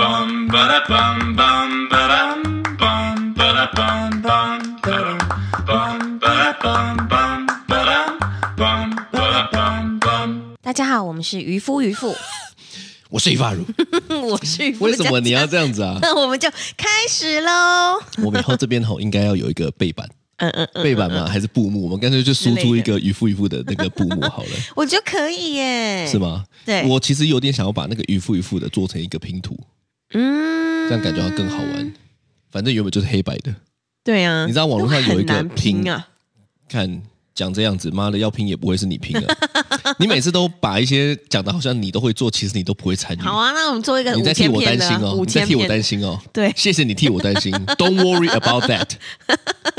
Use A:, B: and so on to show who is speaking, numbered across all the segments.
A: bum ba da bum bum ba dum bum ba da bum bum ba dum bum ba da bum bum ba dum bum ba da bum bum.
B: 大家好，我们是渔夫渔妇，
C: 我是于发如，
B: 我是渔夫。
C: 为什么你要这样子 啊？
B: 那我们就开始喽。
C: 我们以后这边吼应该要有一个背板，
B: 嗯嗯嗯，
C: 背板吗？还是布幕？我们干脆就输出一
B: 之
C: 个渔夫渔夫的那个布幕好了，
B: 我觉得可以耶。
C: 是？吗？
B: 对
C: 我其实有点想要把那个渔夫渔夫的做成一个拼图，
B: 嗯，
C: 这样感觉好像更好玩。反正原本就是黑白的，
B: 对啊。
C: 你知道网络上有一个
B: 那很难拼啊，
C: 看讲这样子，妈的要拼也不会是你拼啊！ 你每次都把一些讲的好像你都会做，其实你都不会参与。
B: 好啊，那我们做一个
C: 嗯你
B: 五
C: 在替
B: 千
C: 我
B: 片
C: 担
B: 的
C: 心
B: 啊，
C: 哦，
B: 五
C: 你在
B: 千
C: 替我
B: 片
C: 担心哦。
B: 对
C: 谢谢你替我担心。Don't worry about that。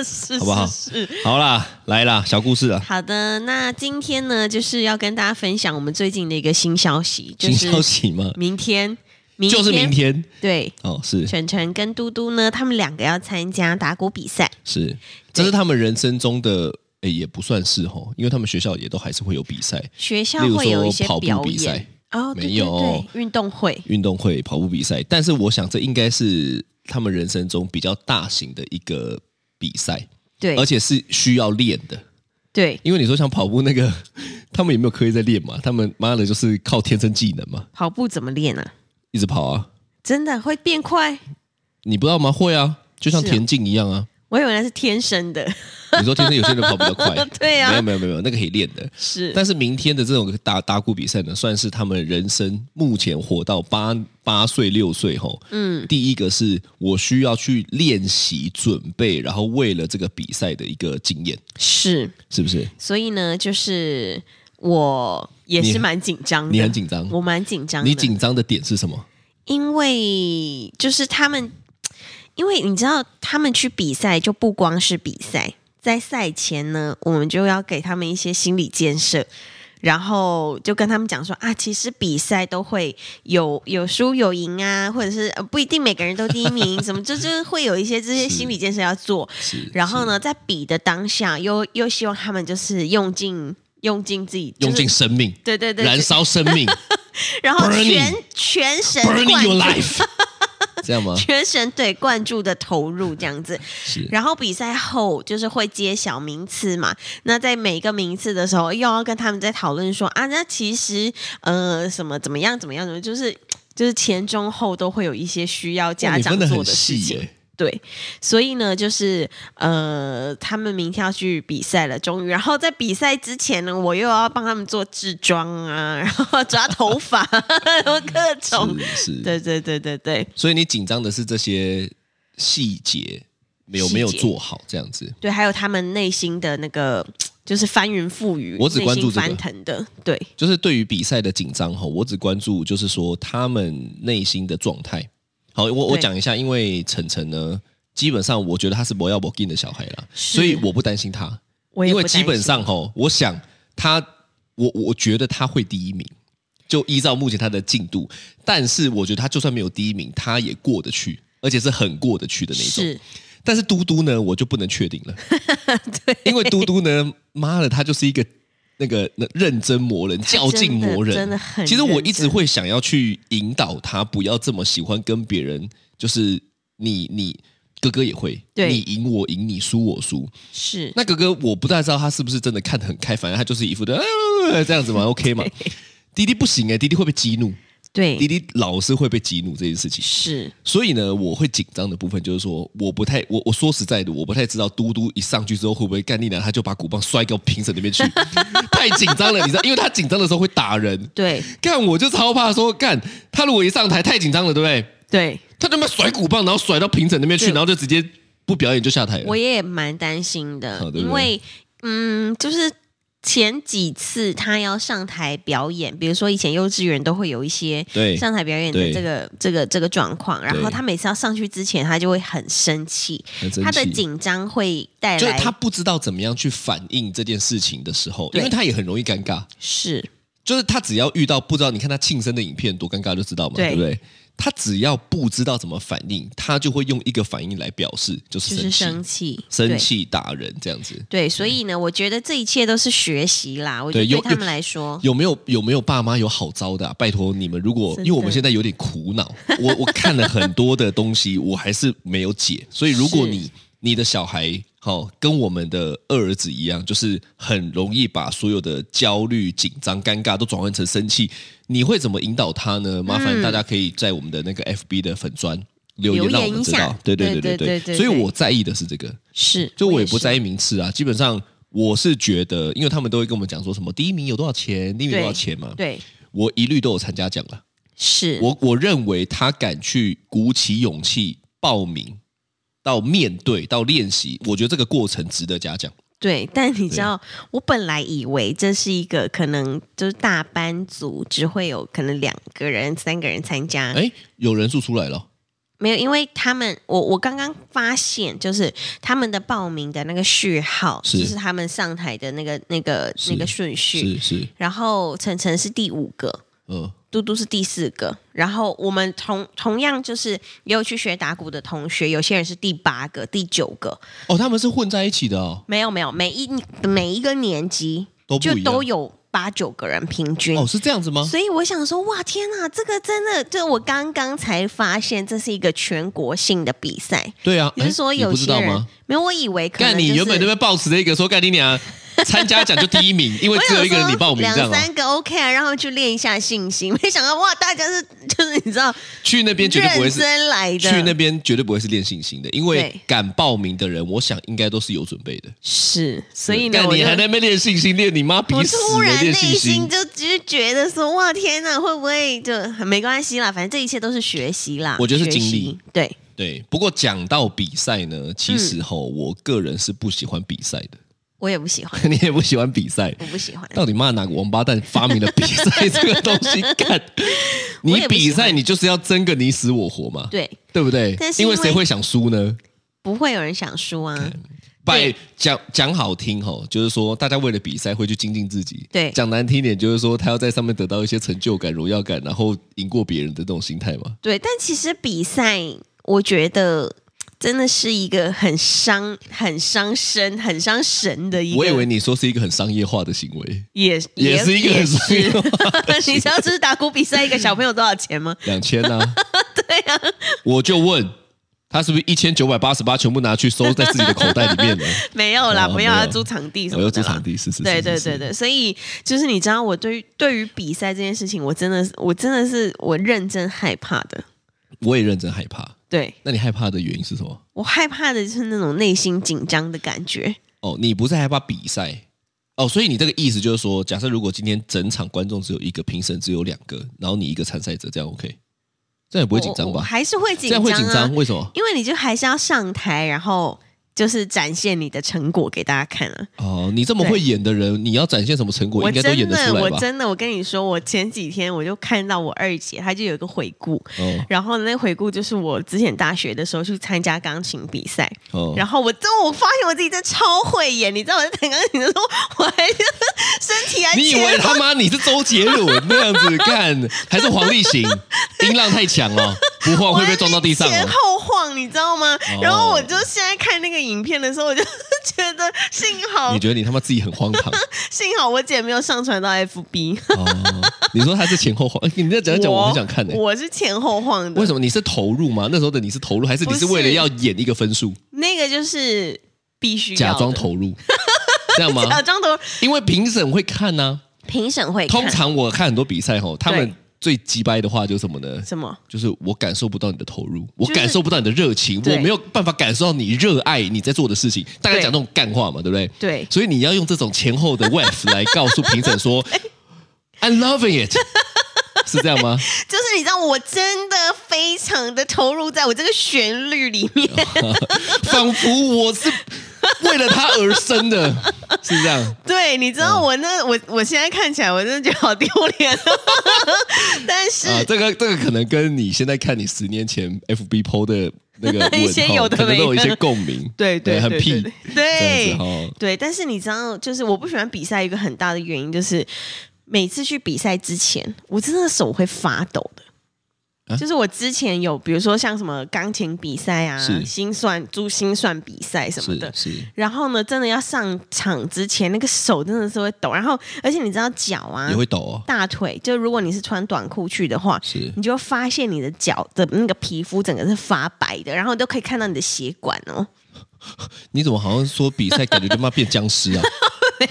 B: 是
C: 好不好
B: 是是
C: 好啦，来啦，小故事啊。
B: 好的，那今天呢，就是要跟大家分享我们最近的一个新消息，就
C: 新
B: 是
C: 消息吗？
B: 明天，明
C: 就是明天
B: 对，
C: 哦，是
B: 晨晨跟嘟嘟呢，他们两个要参加打鼓比赛，
C: 是，这是他们人生中的，诶，也不算是吼，因为他们学校也都还是会有比赛，
B: 学校
C: 例如
B: 会有一
C: 说
B: 些
C: 跑步
B: 表
C: 比赛
B: 演、哦，对
C: 没
B: 对
C: 有
B: 对，运动会，
C: 运动会、跑步比赛，但是我想这应该是他们人生中比较大型的一个比赛，
B: 对，
C: 而且是需要练的。
B: 对
C: 因为你说像跑步那个， 他们也没有刻意在练嘛，他们妈的就是靠天生技能嘛，
B: 跑步怎么练啊？
C: 一直跑啊，
B: 真的会变快？
C: 你不知道吗？会啊，就像
B: 是啊
C: 田径一样啊。
B: 我以为那是天生 的，，
C: 你说天生有些人跑比较快
B: 对啊
C: 没有没有没有没有，那个可以练的。
B: 是
C: 但是明天的这种打打鼓比赛呢，算是他们人生目前活到八八岁六岁吼，嗯，第一个是我需要去练习准备，然后为了这个比赛的一个经验，
B: 是，
C: 是不是？
B: 所以呢，就是我也
C: 你
B: 是蛮紧张的，
C: 你很紧张，
B: 我蛮紧张的，
C: 你紧张的点是什么？
B: 因为就是他们，因为你知道，他们去比赛就不光是比赛，在赛前呢，我们就要给他们一些心理建设，然后就跟他们讲说啊，其实比赛都会有有输有赢啊，或者是、呃不一定每个人都第一名，什么就就是会有一些这些
C: 是
B: 心理建设要做。
C: 是，
B: 然后呢，在比的当下，又又希望他们就是用尽用尽自己，
C: 是？用
B: 就是
C: 尽生命，
B: 对对对，
C: 燃
B: 就
C: 烧生 命
B: 然后
C: burning-
B: 全全神
C: ，burning
B: 贯
C: your
B: 注
C: life，这样吗？
B: 全神对灌注的投入这样子。
C: 是，
B: 然后比赛后就是会揭晓名次嘛，那在每一个名次的时候，又要跟他们在讨论说啊，那其实呃什么怎么样怎么样怎么样，就是就是前中后都会有一些需要
C: 哇
B: 家
C: 哦你
B: 长
C: 分得
B: 做
C: 很
B: 的事
C: 细耶、
B: 情。对，所以呢，就是呃，他们明天要去比赛了，终于。然后在比赛之前呢，我又要帮他们做制装啊，然后抓头发， 然后各种。
C: 嗯是
B: 哦
C: 是，
B: 对对对对对，
C: 所以你紧张的是这些细节没有没有
B: 细节
C: 做好这样子。
B: 对，还有他们内心的那个就是翻云覆雨，
C: 我只关注
B: 内心
C: 这个
B: 翻腾的，对，
C: 就是对于比赛的紧张哈，我只关注就是说他们内心的状态。好，我我
B: 对
C: 讲一下，因为晨晨呢，基本上我觉得他是不要不进的小孩啦，
B: 是
C: 所以我不担心他，
B: 我也
C: 因
B: 不
C: 为
B: 担
C: 基
B: 心
C: 本上哈，我想他，我我觉得他会第一名，就依照目前他的进度，但是我觉得他就算没有第一名，他也过得去，而且是很过得去的那种。
B: 是
C: 但是嘟嘟呢，我就不能确定 了，因为嘟嘟呢，妈的，他就是一个那个那认真磨人、
B: 他
C: 较劲磨
B: 真的
C: 人，
B: 真的很
C: 其实我
B: 认
C: 一直
B: 真
C: 会想要去引导他，不要这么喜欢跟别人，就是你你哥哥也会，
B: 对
C: 你赢我赢，你输我输。
B: 是
C: 那哥哥我不太知道他是不是真的看得很开，反正他就是一副的、 啊这样子嘛 ，OK 嘛。弟弟不行哎、弟弟会被激怒，弟
B: 对
C: 弟老是会被激怒这件事情。
B: 是
C: 所以呢，我会紧张的部分就是说，我不太我我说实在的，我不太知道嘟嘟一上去之后会不会干你娘，他就把鼓棒摔到评审那 边去，太紧张了，你知道，因为他紧张的时候会打人。
B: 对
C: 干我就超怕说干他如果一上台太紧张了，对不对？
B: 对，
C: 他他妈甩鼓棒，然后甩到评审那边去，
B: 对
C: 然后就直接不表演就下台了
B: 我。也蛮担心的，
C: 好对不对
B: 因为嗯，就是。前几次他要上台表演，比如说以前幼稚园都会有一些
C: 对
B: 上台表演的
C: 对
B: 这个这个这个状况，然后
C: 对
B: 他每次要上去之前，他就会很生气，
C: 很生气
B: 他的紧张会带
C: 就是
B: 来
C: 他不知道怎么样去反应这件事情的时候，因
B: 对
C: 为他也很容易尴尬。
B: 是
C: 就是他只要遇到不知道，你看他庆生的影片多尴尬就知道嘛，
B: 对
C: 对不对？他只要不知道怎么反应，他就会用一个反应来表示，就是
B: 就是
C: 生气、
B: 生气，
C: 生
B: 对。
C: 气打人这样子。
B: 对，所以呢，我觉得这一切都是学习啦。我觉得
C: 嗯对
B: 对
C: 有
B: 他们来说，
C: 有没有有没有爸妈有好招的啊、拜托你们，如果
B: 真的
C: 因为我们现在有点苦恼，我我看了很多的东西，我还是没 有解。所以如果
B: 是
C: 你你的小孩好、跟我们的二儿子一样，就是很容易把所有的焦虑、紧张、尴尬都转换成生气，你会怎么引导他
B: 嗯
C: 呢？麻烦大家可以在我们的那个 FB 的粉砖留言
B: 留言
C: 让我们
B: 一
C: 知
B: 下
C: 道。对对
B: 对对
C: 对对
B: 对对
C: 对，所以我在意的是这个。
B: 是，
C: 就我也不
B: 是
C: 在意名次啊，基本上我是觉得，因为他们都会跟我们讲说什么第一名有多少钱，第一名有多少钱嘛，
B: 对，
C: 我一律都有参加奖了。
B: 是，
C: 我我认为他敢去鼓起勇气报名，到面对到练习，我觉得这个过程值得嘉奖。
B: 对。但你知道，我本来以为这是一个可能就是大班组只会有可能两个人、三个人参加，
C: 哎，有人数出来了，
B: 没有，因为他们我我刚刚发现，就是他们的报名的那个序号，
C: 是
B: 就是他们上台的那个那个那个顺序，
C: 是是，
B: 然后晨晨是第五个，
C: 嗯，
B: 嘟嘟是第四个，然后我们同同样就是也有去学打鼓的同学，有些人是第八个、第九个，
C: 哦，他们是混在一起的哦，
B: 没有没有，每一每一个年级
C: 都不
B: 就
C: 一样
B: 都有八九个人平均。
C: 哦，是这样子吗？
B: 所以我想说，哇，天哪，这个真的，就我刚刚才发现，这是一个全国性的比赛。
C: 对啊，
B: 你是说
C: 哎
B: 有
C: 不知
B: 些
C: 道
B: 人
C: 吗？
B: 没有？我以为可能、
C: 干，
B: 就是、
C: 你原本那边抱持的一个说干你娘，参加奖就第一名，因 为
B: 我
C: 只有一个人
B: 想
C: 你报
B: 说
C: 名这
B: 两
C: 样哦。
B: 三个 OK 啊，让他们去练一下信心。没想到哇，大家是就是你知道
C: 去那边绝对不会
B: 认
C: 是
B: 真来的，
C: 去那边绝对不会是练信心的，因为
B: 对
C: 敢报名的人，我想应该都是有准备的。
B: 是，所以呢，
C: 但
B: 我
C: 你
B: 就
C: 还在那边练信心，练你妈逼
B: 我
C: 死
B: 突
C: 了！
B: 然内
C: 练信
B: 心
C: 心，
B: 就只是觉得说，哇，天哪，会不会就没关系啦？反正这一切都是学习啦，
C: 我觉得是
B: 学习
C: 经历，
B: 对，
C: 对。不过讲到比赛呢，其实吼，我个人是不喜欢比赛的，
B: 我也不喜欢，
C: 你也不喜欢比赛。
B: 我不喜 欢，
C: 到底骂哪个王八蛋发明了比赛这个东西？干，
B: 我
C: 你
B: 也不喜
C: 比
B: 欢
C: 赛你就是要争个你死我活嘛，
B: 对，
C: 对不对
B: 但？是
C: 因为
B: 因为
C: 谁会想输呢？
B: 不会有人想输啊，
C: 拜
B: 对
C: 讲讲好听吼，就是说大家为了比赛会去精进自己。
B: 对
C: 讲难听一点，就是说他要在上面得到一些成就感、荣耀感，然后赢过别人的这种心态嘛。
B: 对，但其实比赛，我觉得。真的是一个很伤、很伤身、很伤神的一个，
C: 我以为你说是一个很商业化的行为，
B: 也
C: 也是一个
B: 也
C: 很商业
B: 是。
C: 化，
B: 你知道这是打鼓比赛一个小朋友多少钱吗？
C: 两千啊。对啊，我就问他是不是一千九百八十八全部拿去收在自己的口袋里面了？
B: 没有啦，
C: 哦
B: 没有要
C: 没有
B: 租场 地什
C: 我
B: 么
C: 要
B: 的
C: 租
B: 啦
C: 场。地，是是是，
B: 对对
C: 是是
B: 对对，所以就是你知道，我对于对于比赛这件事情，我真的是我真的是我认真害怕的。
C: 我也认真害怕。
B: 对
C: 那你害怕的原因是什么？
B: 我害怕的就是那种内心紧张的感觉。
C: 哦，你不是害怕比赛哦，所以你这个意思就是说，假设如果今天整场观众只有一个，评审只有两个，然后你一个参赛者，这样 OK？这样也不
B: 我
C: 会紧张
B: 我
C: 吧？
B: 还是会
C: 这
B: 紧张、啊，
C: 样会紧张，为什么？
B: 因为你就还是要上台，然后就是展现你的成果给大家看啊。
C: 哦，你这么
B: 对
C: 会演的人，你要展现什么成果，
B: 我
C: 应该都
B: 真
C: 演得
B: 的，
C: 出来
B: 我
C: 吧？
B: 真的，我跟你说，我前几天我就看到我二姐，她就有一个回顾，
C: 哦
B: 然后那回顾就是我之前大学的时候去参加钢琴比赛，
C: 哦，
B: 然后我真我发现我自己真的超会演，你知道我在弹钢琴的时候，我还身体还
C: 你以为
B: 前
C: 他妈你是周杰伦那样子干，还是黄立行？音浪太强了，不晃会被撞到地上
B: 前
C: 哦。
B: 后晃，你知道吗？
C: 哦
B: 然后我就现在看那个影片的时候，我就觉得幸好
C: 你觉得你他妈自己很荒唐
B: 幸好我姐没有上传到 FB。
C: 哦？你说他是前后晃，哎你这样讲一讲，我很想看呢、欸
B: 我是前后晃的，
C: 为什么你是投入吗？那时候的你是投入，还是你
B: 不
C: 是
B: 是
C: 为了要演一个分数，
B: 那个就是必须要的
C: 假装，投入，这样吗？
B: 假装头，
C: 因为评审会看呐、
B: 评审会看
C: 通常我看很多比赛吼，他们
B: 对
C: 最鸡掰的话就是什么呢？
B: 什么？
C: 就是我感受不到你的投入，我
B: 就是
C: 感受不到你的热情，
B: 对
C: 我没有办法感受到你热爱你在做的事情。大概讲这种干话嘛，对不对？
B: 对
C: 所以你要用这种前后的 wave 来告诉评审 说，I'm loving it，是这 样吗？
B: 就是你知道，我真的非常的投入在我这个旋律里面。
C: 仿佛我是为了他而生的，是这样。
B: 对，你知道
C: 嗯
B: 我那、我我现在看起来我真的觉得好丢脸哦， 但是、
C: 啊，这个这个可能跟你现在看你十年前 FB PO 的 那个文
B: 一些
C: 哈
B: 有的
C: 可能
B: 没
C: 都有一
B: 的
C: 些共鸣，
B: 对对
C: 很
B: 对
C: 屁，
B: 对哎
C: 这
B: 对
C: 样子哦哈
B: 对，但是你知道，就是我不喜欢比赛一个很大的原因就是。每次去比赛之前，我真的手会发抖的。
C: 啊
B: 就是我之前有，比如说像什么钢琴比赛啊
C: 是、
B: 心算、珠心算比赛什么
C: 是
B: 的。
C: 是，
B: 然后呢，真的要上场之前，那个手真的是会抖。然后，而且你知道脚啊
C: 也，会抖哦，
B: 大腿，就如果你是穿短裤去的话，
C: 是
B: 你就发现你的脚的那个皮肤整个是发白的，然后都可以看到你的血管 哦。
C: 你怎么好像说比赛感觉就妈变僵尸 啊？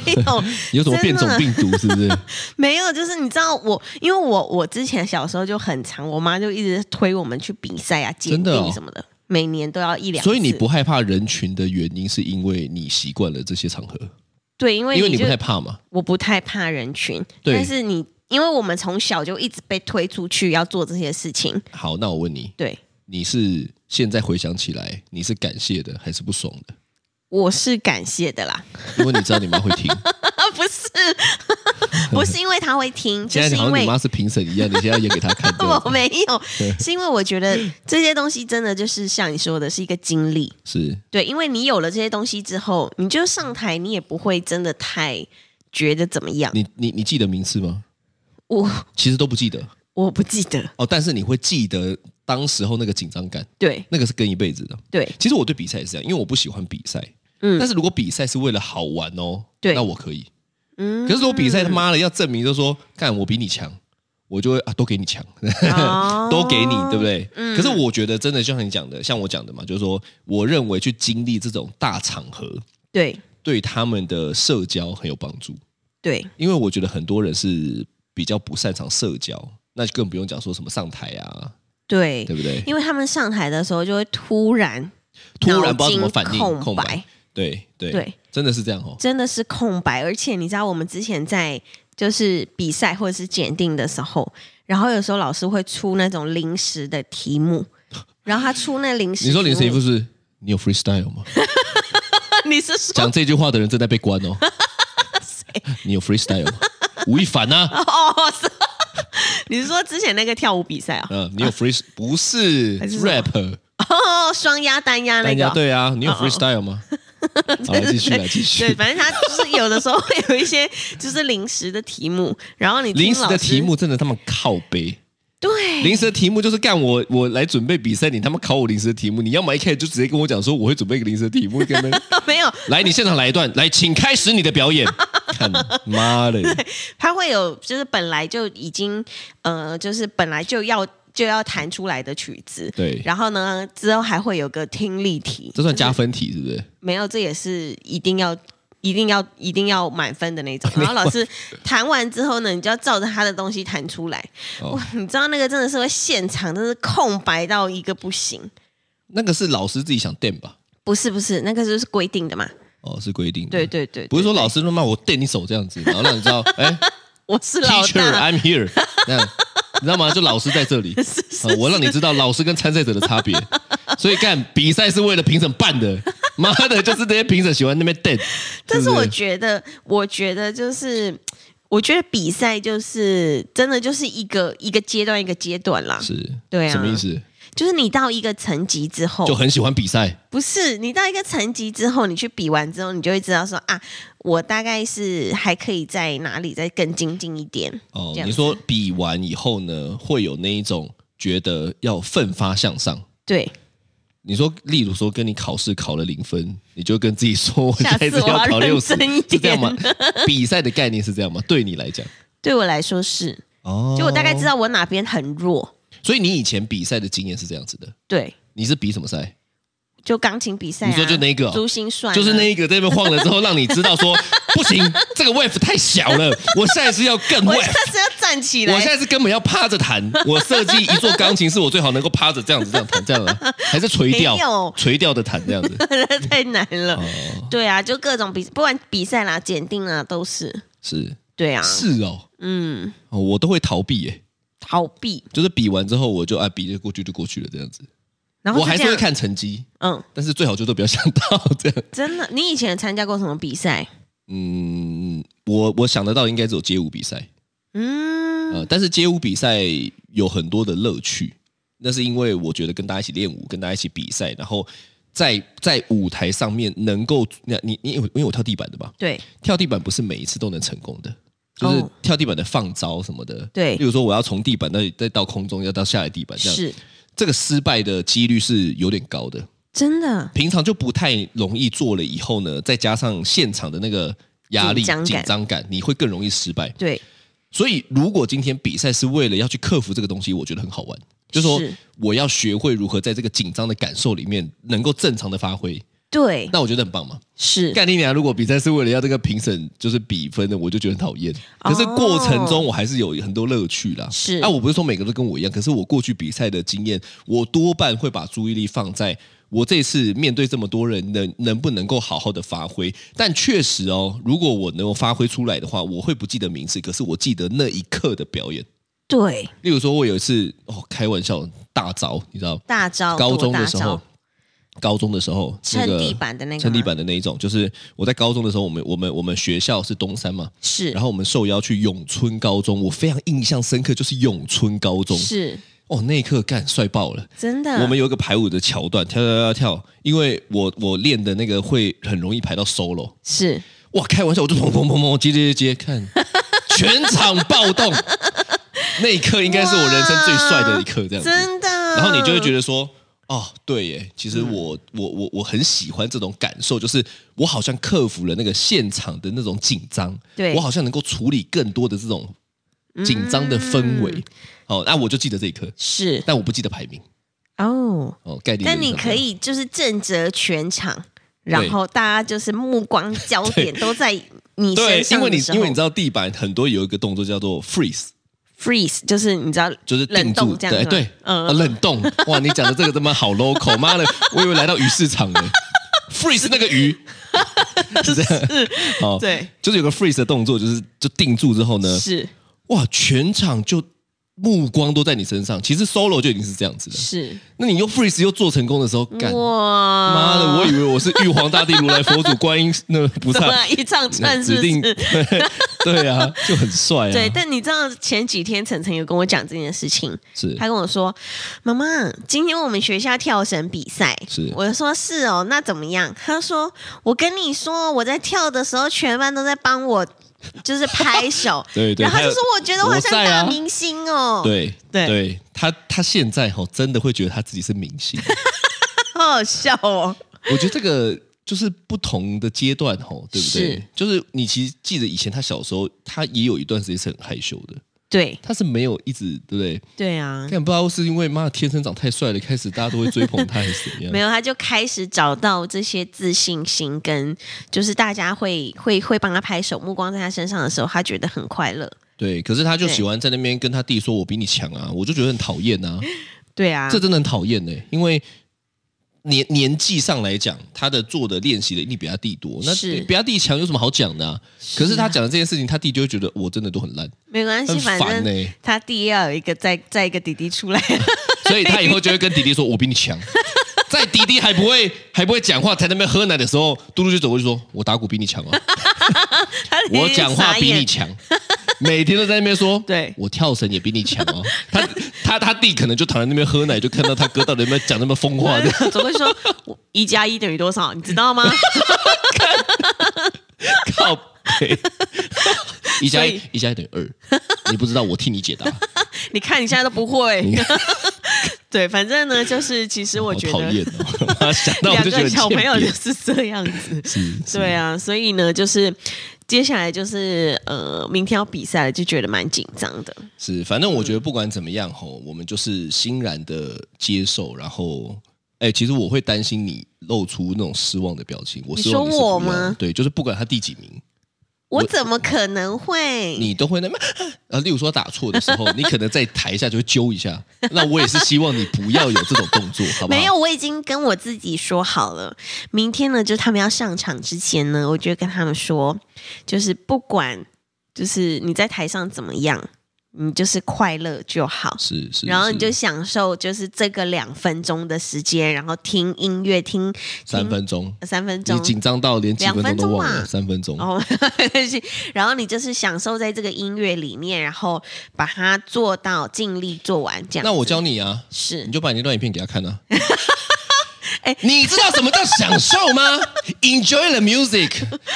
B: 没有，
C: 有什么变种病毒是不是？
B: 没有，就是你知道我，因为我我之前小时候就很长，我妈就一直推我们去比赛啊、鉴
C: 真的哦
B: 定什么的，每年都要一两次。
C: 所以你不害怕人群的原因是因为你习惯了这些场合，
B: 对，因为
C: 因为你
B: 就
C: 不太怕嘛。
B: 我不太怕人群，
C: 对
B: 但是你因为我们从小就一直被推出去要做这些事情，
C: 好，那我问你，
B: 对，
C: 你是现在回想起来，你是感谢的还是不爽的？
B: 我是感谢的啦，
C: 因为你知道你妈会听，
B: 啊，不是， 不是因为他会听， 就
C: 现
B: 是
C: 在好
B: 因
C: 像
B: 为
C: 你妈是评审一样，你现在演给她看
B: 我
C: 的，
B: 没 有，是因为我觉得这些东西真的就是像你说的，是一个经历。
C: 是
B: 对，因为你有了这些东西之后，你就上台，你也不会真的太觉得怎么样。
C: 你你你记得名次吗？
B: 我
C: 其实都不记得
B: 我不记得，
C: 哦，但是你会记得当时候那个紧张感，
B: 对
C: 那个是跟一辈子的。
B: 对
C: 其实我对比赛也是这样，因为我不喜欢比赛。
B: 嗯
C: 但是如果比赛是为了好玩哦，
B: 对
C: 那我可以。
B: 嗯
C: 可是我比赛他妈的要证明，就说干我比你强，我就会啊 都给你强，
B: 哦嗯
C: 都给你，对不对？可是我觉得真的就像你讲的，像我讲的嘛，就是说，我认为去经历这种大场合，
B: 对
C: 对他们的社交很有帮助，
B: 对
C: 因为我觉得很多人是比较不擅长社交，那就更不用讲说什么上台啊，
B: 对
C: 对不对？
B: 因为他们上台的时候就会突然
C: 突然不知道怎么反
B: 脑
C: 应，
B: 筋
C: 空
B: 空白，
C: 对对
B: 对，
C: 真的是这样哦。
B: 真的是空白。而且你知道，我们之前在就是比赛或者是检定的时候，然后有时候老师会出那种临时的题目，然后他出那临时，
C: 你说临时一副，是，你有 freestyle 吗？
B: 你是说
C: 讲这句话的人正在被关 哦。你有 freestyle 吗？吴亦凡呐、啊，
B: 哦，是你是说之前那个跳舞比赛啊？
C: 嗯，你有 free 不是
B: 还是什么
C: rap，
B: 哦，双压单压那
C: 大家
B: 个。哦
C: 对啊，你有 freestyle 吗？好，来继续，来继
B: 对，
C: 续。
B: 反正他就是有的时候会有一些就是临时的题目，然后你听
C: 临时
B: 老
C: 的
B: 师
C: 题目真的他妈靠背，
B: 对
C: 临时的题目就是干我我来准备比赛，你他妈考我临时的题目，你要么一开始就直接跟我讲说我会准备一个临时的题目，跟他们
B: 没有，
C: 来你现场来一段，来请开始你的表演，看妈 的，
B: 他会有就是本来就已经呃，就是本来就要就要弹出来的曲子，
C: 对，
B: 然后呢之后还会有个听力题，
C: 这算加分题是不是？
B: 没有，这也是一定要。一定要一定要满分的那种，然后老 师弹完之后呢，你就要照着他的东西弹出来。
C: 哦
B: 哇，你知道那个真的是会现场，真是空白到一个不行。
C: 那个是老师自己想垫吧？
B: 不是不是，那个就是规定的嘛。
C: 哦，是规定的，
B: 对对对，
C: 不是说
B: 对
C: 老师他妈我垫你手这样子，然后让你知道， 哎
B: 我是老
C: ，teacher 啊
B: 大，
C: I'm here，那样你知道吗？就老师在这里，啊我让你知道老师跟参赛者的差别。所以干比赛是为了评审办的，妈的，就是这些评审喜欢那边垫。
B: 但是
C: 对不
B: 我
C: 对
B: 觉得，我觉得就是，我觉得比赛就是真的就是一个一个阶段一个阶段啦。
C: 是，
B: 对啊哦
C: 什么意思？
B: 就是你到一个层级之后
C: 就，很喜欢比赛，
B: 不是你到一个层级之后，你去比完之后，你就会知道说啊，我大概是还可以在哪里再更精进一点。
C: 哦
B: 这，样
C: 你说比完以后呢，会有那一种觉得要奋发向上。
B: 对，
C: 你说，例如说跟你考试考了零分，你就跟自己说我
B: 下
C: 下一
B: 次
C: 次
B: 我要
C: 要考六
B: 认
C: 十，
B: 真一
C: 是这样吗
B: 点。？
C: 比赛的概念是这样吗？对你来讲，
B: 对我来说是，
C: 哦
B: 就我大概知。道我哪边很弱。
C: 所以你以前比赛的经验是这样子的，
B: 对，
C: 你是比什么赛？
B: 就钢琴比赛、啊，
C: 你说就那个哦
B: 珠心算啊、
C: 就是那一个在那边晃了之后，让你知 道说不行，这个 wave 太小了，我下一次要更
B: 我下
C: wave。
B: 次要站起来。
C: 我下一次根本要趴 着弹，我设计一座钢琴是我最好能够趴着这样子这样弹这样的，还是垂
B: 没有
C: 钓垂钓的弹 这样子。
B: 太难了。
C: 哦，
B: 对啊，就各种比，不管比赛啦、检定啦，都是。
C: 是
B: 对啊，
C: 是哦，
B: 嗯，
C: 哦我都会逃避耶，
B: 逃避，
C: 就是比完之后我就啊比就过去就过去了这样子，
B: 然后
C: 我
B: 就
C: 还
B: 这
C: 是
B: 样
C: 会，看成绩，
B: 嗯，
C: 但是最好就都不要想到这样。
B: 真的，你以前参加过什么比赛？
C: 嗯，我我想得到应该只有街舞比赛，
B: 嗯，
C: 呃，但是街舞比赛有很多的乐趣，那是因为我觉得跟大家一起练舞，跟大家一起比赛，然后在在舞台上面能够，那你你因为我因为我跳地板的吧，
B: 对，
C: 跳地板不是每一次都能成功的，就是
B: 哦
C: 跳地板的放招什么的。
B: 对
C: 例如说我要从地板那里再到空中，要到下来地板这样，
B: 是
C: 这个失败的几率是有点高的。
B: 真的，
C: 平常就不太容易做了，以后呢，再加上现场的那个压力、
B: 紧张感
C: 紧张感，你会更容易失败。
B: 对，
C: 所以，如果今天比赛是为了要去克服这个东西，我觉得很好玩。就是说
B: 是
C: 我要学会如何在这个紧张的感受里面能够正常的发挥，
B: 对，
C: 那我觉得很棒嘛。
B: 是
C: 干你娘！如果比赛是为了要这个评审就是比分的，我就觉得很讨厌。可是过程中我还是有很多乐趣啦。
B: 是
C: 啊，我不是说每个都跟我一样，可是我过去比赛的经验，我多半会把注意力放在我这次面对这么多人能能不能够好好的发挥。但确实哦，如果我能够发挥出来的话，我会不记得名字，可是我记得那一刻的表演。
B: 对
C: 例如说，我有一次哦，开玩笑大招，你知道，
B: 大招，
C: 高
B: 多
C: 中
B: 大
C: 的时候
B: 招，
C: 高中的时候，
B: 撑
C: 那个
B: 地板的那个
C: 撑地
B: 吗
C: 板的那一种，就是我在高中的时候，我们我们我们学校是东山嘛，
B: 是，
C: 然后我们受邀去永春高中，我非常印象深刻，就是永春高中，
B: 是嗯
C: 哦，那一刻干帅爆了。
B: 真的，
C: 我们有一个排舞的桥段，跳跳跳跳，因为我我练的那个会很容易排到 solo，
B: 是
C: 哇，开玩笑，我就砰砰砰砰接接接 接，看全场暴动，那一刻应该是我人生最帅的一刻，这样子。
B: 真的，
C: 然后你就会觉
B: 得
C: 得说，哦，对耶，其
B: 嗯
C: 实我、我我我很喜欢这种感受，就是我好像克服了那个现场的那种紧张，
B: 对
C: 我好像能够处理更多的这种紧张的氛
B: 嗯
C: 围。哦，那我就记得这一刻，
B: 是
C: 但我不记得排名。
B: 哦，
C: 哦，概念。
B: 但你可。以就是震慑全场，然后大家就是目光焦点都在你身，
C: 对
B: 上
C: 因为你
B: 的时候，
C: 因为你知道地板很多有一个动作叫做 freeze，
B: freeze 就是你知道
C: 就是定
B: 冷
C: 住，
B: 冻这样子
C: 对
B: 吗
C: 对，
B: 嗯
C: 啊冷冻。哇，你讲的这个他妈好 local，妈的，我以为来到鱼市场了。freeze 那个鱼 是这样，哦，
B: 对，
C: 就是有个 freeze 的动作，就是就定住之后呢，
B: 是
C: 哇，全场就目光都在你身上。其实 solo 就已经是这样子了，
B: 是
C: 那你用 freeze 又做成功的时候，干
B: 哇
C: 妈的，我以为我是玉皇大帝、如来佛祖、观音 那菩
B: 怎么
C: 萨
B: 了， 一唱串啊是
C: 指
B: 不
C: 定
B: 是？
C: 对 对啊，就很帅啊，
B: 对，但你知道前几天晨晨有跟我讲这件事情，
C: 是
B: 他跟我说：“妈妈，今天我们学校跳绳比赛。”
C: 是。
B: 我就说：“是哦，那怎么样？”他说：“我跟你说，我在跳的时候，全班都在帮我，就是拍手
C: 对对
B: 然后他就说：“我觉得我好像
C: 我在啊
B: 大明星哦。
C: 对
B: 对
C: 对，他他现在哈、真的会觉得他自己是明 星。
B: 好好笑哦。
C: 我觉得这个就是不同的阶段哈、对不对
B: 是？
C: 就是你其实记得以前他小时候，他也有一段时间是很害羞的，
B: 对
C: 他是没有一直对不对？
B: 对啊，
C: 但不知道是因为妈的天生长太帅了，开始大家都会追捧他，还是怎么样？
B: 没有，他就开始找到这些自信心，跟就是大家会会会帮他拍手，目光在他身上的时候，他觉得很快乐。
C: 对，可是他就喜欢在那边跟他弟说：“我比你强啊！”我就觉得很讨厌啊，
B: 对啊
C: 这，真的很讨厌呢、欸因为。年年纪上来讲，他的做的练习的一定比他弟多，那
B: 是
C: 比他弟强有什么好讲的啊？可是他讲的这件事情，他弟就会觉得我真的都很烂，
B: 没关系，
C: 很
B: 反
C: 烦欸
B: 正
C: 呢、
B: 他弟要有一个再再一个弟弟出来，
C: 所以他以后就会跟弟弟说：“我比你强。” 在弟弟还不会还不会讲话，在那边喝奶的时候，嘟嘟就走过去说：“我打鼓比你强哦，
B: 他弟弟
C: 我讲话
B: 傻
C: 比你
B: 眼
C: 强。”每天都在那边说：“
B: 对
C: 我跳绳也比你强 哦。他”他他弟可能就躺在那边喝奶，就看到他哥到底有没有讲那么疯话 的。
B: 总会说我一加一等于多少，你知道吗？
C: 靠 北，一加一
B: 所以
C: 一加一等于二，你不知道，我替你解答。
B: 你看你现在都不会
C: 你。
B: 对，反正呢，就是其实 我
C: 好
B: 觉
C: 讨
B: 得
C: 厌哦！ 我想 到我
B: 两
C: 就觉得
B: 个
C: 很
B: 小朋友
C: 欠
B: 就
C: 扁
B: 是这样子。
C: 是是
B: 对啊，所以呢，就是接下来就是呃，明天要比赛了，就觉得蛮紧张的。
C: 是，反正我觉得不管怎么样吼，
B: 嗯
C: 我们就是欣然的接受，然后。哎、其实我会担心你露出那种失望的表情。我
B: 你
C: 希望
B: 说
C: 是不
B: 我
C: 要的
B: 吗
C: 对，就是不管他第几名，
B: 我怎么可能会？
C: 你都会那么 啊。例如说打错的时候，你可能在台下就会揪一下。 那我也是希望你不要有这种动作，好不好？
B: 没有，我已经跟我自己说好了，明天呢，就他们要上场之前呢，我就跟他们说，就是不管就是你在台上怎么样，你就是快乐就好。
C: 是，是是。
B: 然后你就享受就是这个两分钟的时间，然后听音乐，听
C: 三分钟，
B: 呃三分
C: 你
B: 钟，
C: 紧张到连几
B: 两
C: 分钟
B: 分
C: 都
B: 钟
C: 忘了，
B: 嘛哦
C: 三分钟。
B: 然后 然后你就是享受在这个音乐里面，然后把它做到尽力做完这样子。
C: 那我教你啊，
B: 是
C: 你就把你那段影片给他看啊。
B: 哎
C: 你知道什么叫享受 吗？Enjoy the music.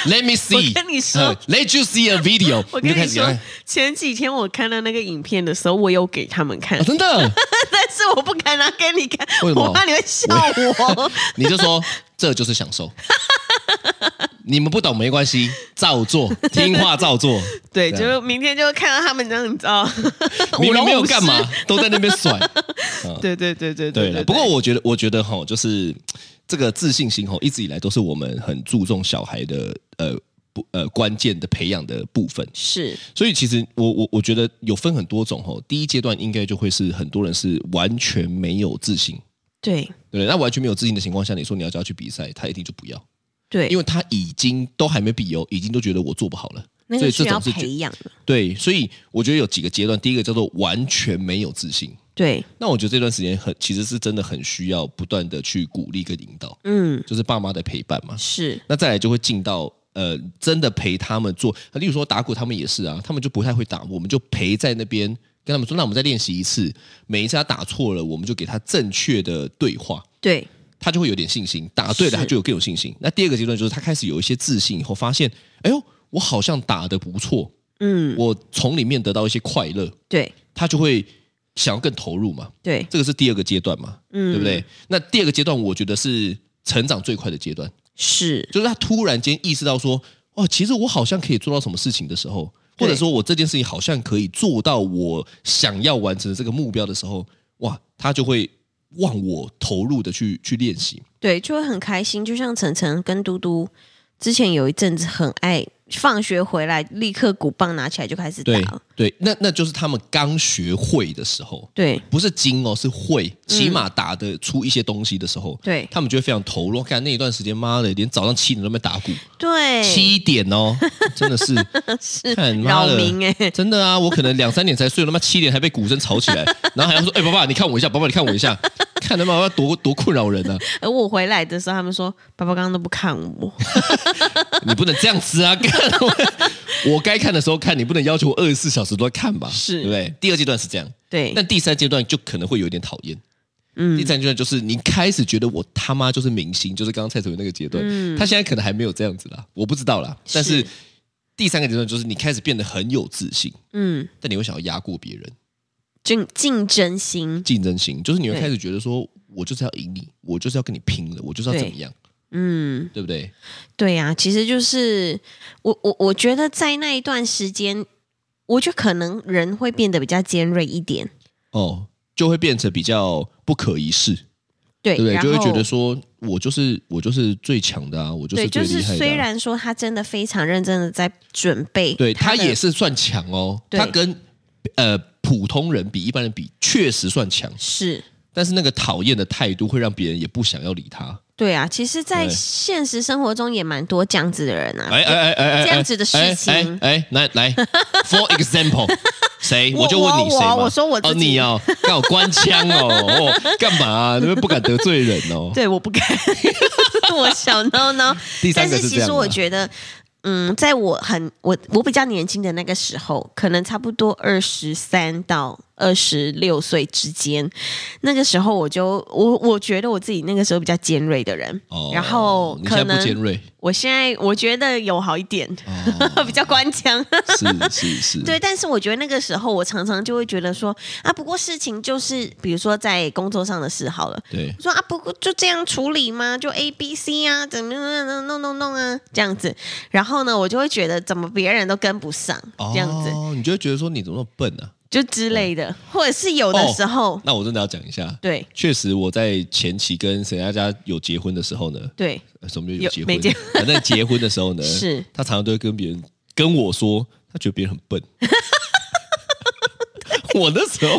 C: Let me see.
B: 我跟你说
C: 嗯 Let you see a video.
B: 我
C: 你
B: 跟
C: 就开
B: 你
C: 始按
B: 说，前几天我看到那个影片的时候，我有给他们 看
C: 哦，，真的，
B: 但是我不敢拿给你看，
C: 为什么
B: 我怕你会笑 我。
C: 你就说这就是享受。你们不懂没关系，照做，听话照做。
B: 对，
C: 这样
B: 就是明天就会看到他们这样，你哦知道，
C: 明
B: 舞
C: 啊 明
B: 龙
C: 没有
B: 舞狮
C: 干嘛。，都在那边甩。
B: 对对对对
C: 对
B: 对
C: 了，不过我觉得，我觉得哈，就是这个自信心哈，一直以来都是我们很注重小孩的呃不呃关键的培养的部分。
B: 是
C: 所以其实我我我觉得有分很多种吼，第一阶段应该就会是很多人是完全没有自信，
B: 对
C: 对不对？那完全没有自信的情况下，你说你要叫他去比赛，他一定就不要，
B: 对，
C: 因
B: 为
C: 为他已经都还没比哦，已经都觉得我做不好了。
B: 那
C: 所
B: 个
C: 以
B: 需
C: 这
B: 要
C: 种是绝
B: 培养的，
C: 对，所以我觉得有几个阶段，第一个叫做完全没有自信。
B: 对，
C: 那我觉得这段时间很，其实是真的很需要不断的去鼓励跟引导，
B: 嗯，
C: 就是爸妈的陪伴嘛。
B: 是
C: 那再来就会进到呃，真的陪他们做，例如说打鼓，他们也是啊，他们就不太会打，我们就陪在那边跟他们说，那我们再练习一次，每一次他打错了，我们就给他正确的对话，
B: 对
C: 他就会有点信心，打对
B: 是
C: 了他就有更有信心。那第二个阶段就是他开始有一些自信以后，发现，哎呦，我好像打得不错，
B: 嗯，
C: 我从里面得到一些快乐，
B: 对
C: 他就会想要更投入嘛，
B: 对，
C: 这个是第二个阶段嘛，
B: 嗯，
C: 对不？对？那第二个阶段，我觉得是成长最快的阶段。
B: 是
C: 就是他突然间意识到说，哦，其实我好像可以做到什么事情的时候，
B: 对
C: 或者说我这件事情好像可以做到我想要完成的这个目标的时候，哇，他就会忘我投入的去去练习。
B: 对，就会很开心。就像晨晨跟嘟嘟之前有一阵子很爱，放学回来立刻鼓棒拿起来就开始打
C: 对
B: 了。
C: 对，那那就是他们刚学会的时候，
B: 对
C: 不是精哦，是会，起码打得出一些东西的时候。
B: 嗯对
C: 他们就会非常投入，看那一段时间，妈的，连早上七点都没打鼓，
B: 对，
C: 七点哦，真的是
B: 哎 是
C: 看妈
B: 扰
C: 的，
B: 民哎、
C: 真的啊，我可能两三点才睡，他妈七点还被鼓声吵起来，然后还要说：“哎、爸爸，你看我一下，爸爸，你看我一下，看他妈要多多困扰人啊！
B: 而我回来的时候，他们说爸爸刚刚都不看我，
C: 你不能这样子啊！干我 我该看的时候看，你不能要求我二十四小时都在看吧？
B: 是
C: 对不对？第二阶段是这样，
B: 对，
C: 但第三阶段就可能会有点讨厌。
B: 嗯
C: 第三阶段就是你开始觉得我他妈就是明星，就是刚刚蔡卓妍那个阶段，他现在可能还没有这样子啦，我不知道啦。但
B: 嗯
C: 是
B: 是
C: 第三个阶段就是你开始变得很有自信，
B: 嗯，
C: 但你会想要压过别人。
B: 竞竞争心，
C: 竞争心，就是你会
B: 对
C: 开始觉得说，我就是要赢你，我就是要跟你拼了，我就是要怎么样，
B: 嗯，
C: 对不对？
B: 对呀、其实就是我我我觉得在那一段时间，我觉得可能人会变得比较尖锐一点，
C: 哦，就会变成比较不可一世，
B: 对，
C: 对不对？
B: 然
C: 就
B: 后
C: 会觉得说我就是我就是最强的啊，我就
B: 对，
C: 是最
B: 就
C: 厉
B: 是
C: 害的啊、
B: 虽然说他真的非常认真的在准备，
C: 对他
B: 他的
C: 也是算强哦，
B: 对
C: 他跟呃普通人比，一般人比确实算强，
B: 是。
C: 但是那个讨厌的态度会让别人也不想要理他。
B: 对啊，其实，在
C: 对
B: 现实生活中也蛮多这样子的人啊。
C: 哎哎哎哎哎，
B: 这样子的事情
C: 哎哎哎，来 来，for example，谁？
B: 我
C: 我就问你谁嘛
B: 我我说我自己
C: 哦，你哦，刚好官腔哦，哦，干嘛啊？你们不敢得罪人哦。
B: 对，我不敢，我小孬孬。
C: 第
B: 但
C: 三个
B: 是
C: 这
B: 其
C: 样
B: 实
C: 的啊，
B: 我觉得，嗯，在我很我我比较年轻的那个时候，可能差不多二十三到二十六岁之间，那个时候我就我我觉得我自己那个时候比较尖锐的人，
C: 哦
B: 然后
C: 你
B: 可
C: 现在不尖
B: 能
C: 锐，哦
B: 我现在我觉得有好一点， 比较官腔。
C: 是是是，
B: 对，但是我觉得那个时候，我常常就会觉得说啊，不过事情就是，比如说在工作上的事好了，
C: 对
B: 我说啊，不过就这样处理吗？就 A B C 啊，怎么样怎么样弄弄弄啊，这样子。然后呢，我就会觉得怎么别人都跟不上，这样子、
C: 哦，你就会觉得说你怎么那么笨啊？
B: 就之类的，或者是有
C: 哦
B: 的时候，
C: 那我真的要讲一下，
B: 对
C: 确实我在前期跟沈佳佳有结婚的时候呢，
B: 对
C: 呃什么叫
B: 有
C: 有结
B: 没
C: 婚？
B: 结
C: 反正结婚的时候 呢，
B: 是
C: 他常常都会跟别人跟我说，他觉得别人很 笨。我那时候，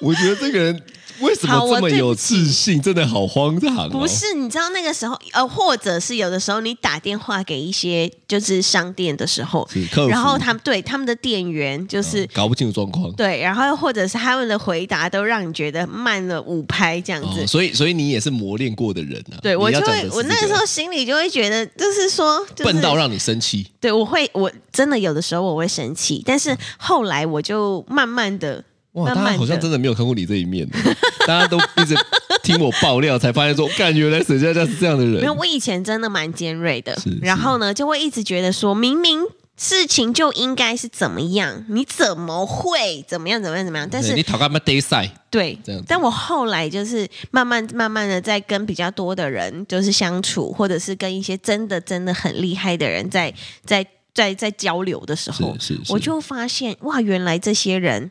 C: 我觉得这个人为什
B: 好
C: 么
B: 我
C: 这么
B: 对不
C: 有自信，真的好荒唐、哦。
B: 不是，你知道那个时候，呃，或者是有的时候你打电话给一些就是商店的时候
C: 是客服，嗯
B: 然后他们对他们的店员就是。
C: 哦搞不清楚状况，
B: 对，然后或者是他们的回答都让你觉得慢了五拍这样子，
C: 哦所以所以你也是磨练过的人啊。
B: 对我
C: 你
B: 就
C: 要讲
B: 会
C: 的是这
B: 我那个时
C: 个
B: 候心里就会觉得，就是说，就是、
C: 笨到让你生气，
B: 对，我会，我真的有的时候我会生气，但是后来我就慢慢的，
C: 哇，
B: 慢
C: 大
B: 慢
C: 家好像
B: 地
C: 真的没有看过你这一面，哦 大家都一直听我爆料，才发现说， 感原来沈佳佳是这样的人。
B: 没有，我以前真的蛮尖锐的
C: 是，
B: 然后呢，就会一直觉得说，明明事情就应该是怎么样，你怎么会怎么样怎么样怎么样？但
C: 对你
B: 是
C: 讨干嘛 day 赛？
B: 对
C: 这样子，
B: 但我后来就是慢慢慢慢的在跟比较多的人就是相处，或者是跟一些真的真的很厉害的人在在在在交流的时候，
C: 是是是
B: 我就发现哇，原来这些人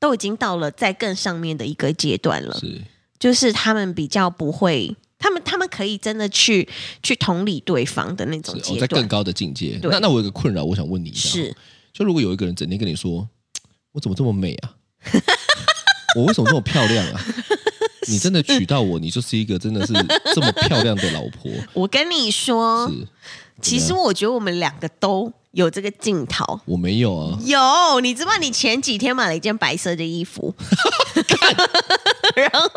B: 都已经到了在更上面的一个阶段了。
C: 是
B: 就是他们比较不会，他们他们可以真的去去同理对方的那种
C: 是，我
B: 阶
C: 在
B: 段
C: 更，高的境界。
B: 对
C: 那那我有个困扰，我想问你一下，哦
B: 是
C: 就如果有一个人整天跟你说，我怎么这么美啊？ 我为什么这么漂亮 啊？你真的娶到我，你就是一个真的是这么漂亮的老 婆。
B: 我跟你说，
C: 是
B: 哦
C: 啊
B: 其实我觉得我们两个都有这个镜头。
C: 我没有啊，
B: 有，你知道你前几天买了一件白色的衣服， 然后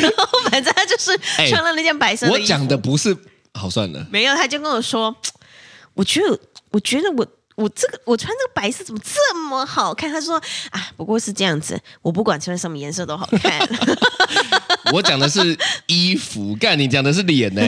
B: 然后反正他就是
C: 哎
B: 穿了那件白色的衣
C: 我
B: 服。
C: 讲的不是好算了，
B: 没有，他就跟我说，我觉得，我觉得我。我这个我穿这个白色怎么这么好看？他说啊，不过是这样子，我不管穿什么颜色都好看。
C: 我讲的是衣服，干你讲的是脸呢、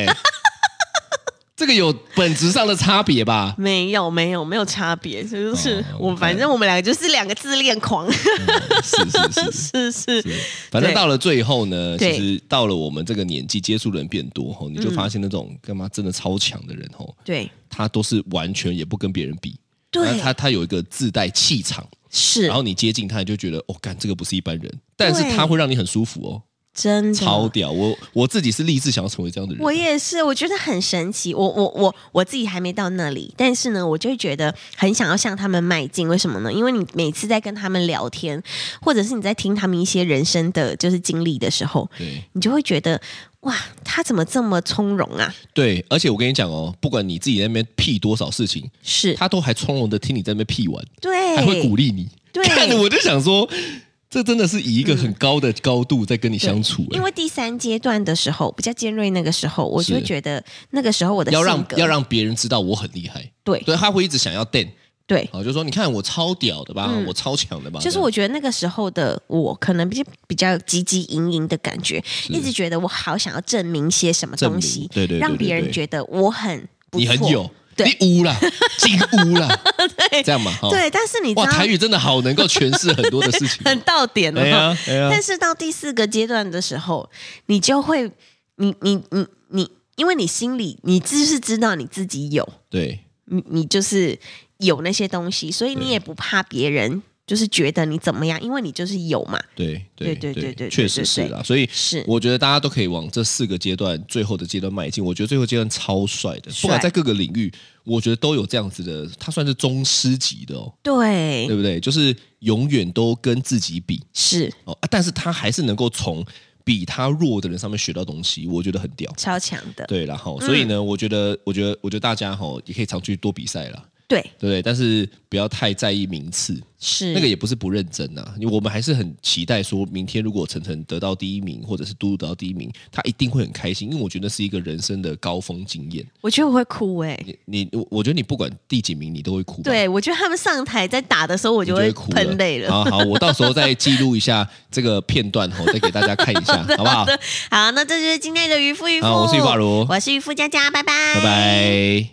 C: 这个有本质上的差别吧？
B: 没有，没有，没有差别，就是
C: 哦
B: 我
C: 我
B: 反正我们两个就是两个自恋狂，
C: 是是是。
B: 是是，
C: 反正
B: 对
C: 到了最后呢，
B: 对
C: 其实到了我们这个年纪，接触的人变多吼，你就发现那种干嘛真的超强的人吼，
B: 对
C: 他都是完全也不跟别人比，
B: 对
C: 那，他他有一个自带气场，
B: 是
C: 然后你接近他，你就觉得哦，干这个不是一般人，但是
B: 对
C: 他会让你很舒服哦，
B: 真的
C: 超屌！我我自己是立志想要成为这样的人，
B: 我也是，我觉得很神奇。我我我我自己还没到那里，但是呢，我就会觉得很想要向他们迈进。为什么呢？因为你每次在跟他们聊天，或者是你在听他们一些人生的就是经历的时候，
C: 对
B: 你就会觉得哇，他怎么这么从容啊？
C: 对，而且我跟你讲哦，不管你自己在那边屁多少事情，
B: 是，
C: 他都还从容的听你在那边屁完，
B: 对，
C: 还会鼓励你。
B: 对
C: 看着我就想说，这真的是以一个很高的高度在跟你相处、哎
B: 因为第三阶段的时候比较尖锐，那个时候我就会觉得那个时候我的
C: 要
B: 性
C: 让
B: 格
C: 要让别人知道我很厉害，
B: 对
C: 所以他会一直想要 den，
B: 对，
C: 好就说你看我超屌的吧，我超强的吧，
B: 嗯就是我觉得那个时候的我可能比较比较积极盈盈的感觉，一直觉得我好想要证明些什么
C: 证
B: 东
C: 明
B: 西，
C: 对对对
B: 让
C: 对
B: 别人
C: 对
B: 觉得我很不
C: 你很
B: 错
C: 有，
B: 对
C: 你 污啦，进污啦，这样嘛，哈，
B: 对，但是你知
C: 哇，
B: 道，
C: 台语真的好能够诠释很多的事情
B: 很到点了
C: 哎
B: 哈。
C: 呀哎呀，
B: 但是到第四个阶段的时候，你就会，你你你你，因为你心里你就是知道你自己有，
C: 对
B: 你你就是有那些东西，所以你也不怕别人就是觉得你怎么样，因为你就是有嘛。
C: 对
B: 对对对对
C: 确实是啦，所以。
B: 是
C: 我觉得大家都可以往这四个阶段最后的阶段迈进。我觉得最后阶段超帅的，
B: 帅
C: 不管在各个领域，我觉得都有这样子的，他算是宗师级的哦，
B: 对，
C: 对不对？就是永远都跟自己比
B: 是
C: 哦、啊但是他还是能够从比他弱的人上面学到东西，我觉得很屌。
B: 超强的。
C: 对啦，然
B: 嗯
C: 后、所以呢，我觉得，我觉得，我觉得大家哈也可以常去多比赛啦，
B: 对，
C: 对不对？但是不要太在意名次，
B: 是
C: 那个也不是不认真呐、因为我们还是很期待说，明天如果晨晨得到第一名，或者是嘟嘟得到第一名，他一定会很开心，因为我觉得是一个人生的高峰经验。
B: 我觉得我会哭哎、
C: 你你，我我觉得你不管第几名，你都会哭吧。
B: 对，我觉得他们上台在打的时候，我
C: 你就
B: 会
C: 会哭
B: 喷泪了。
C: 好好，我到时候再记录一下这个片段吼，再给大家看一 下，好不好？
B: 好，那这就是今天的渔夫渔夫，
C: 好我是渔法如
B: 我是渔夫佳佳，拜拜，
C: 拜。拜。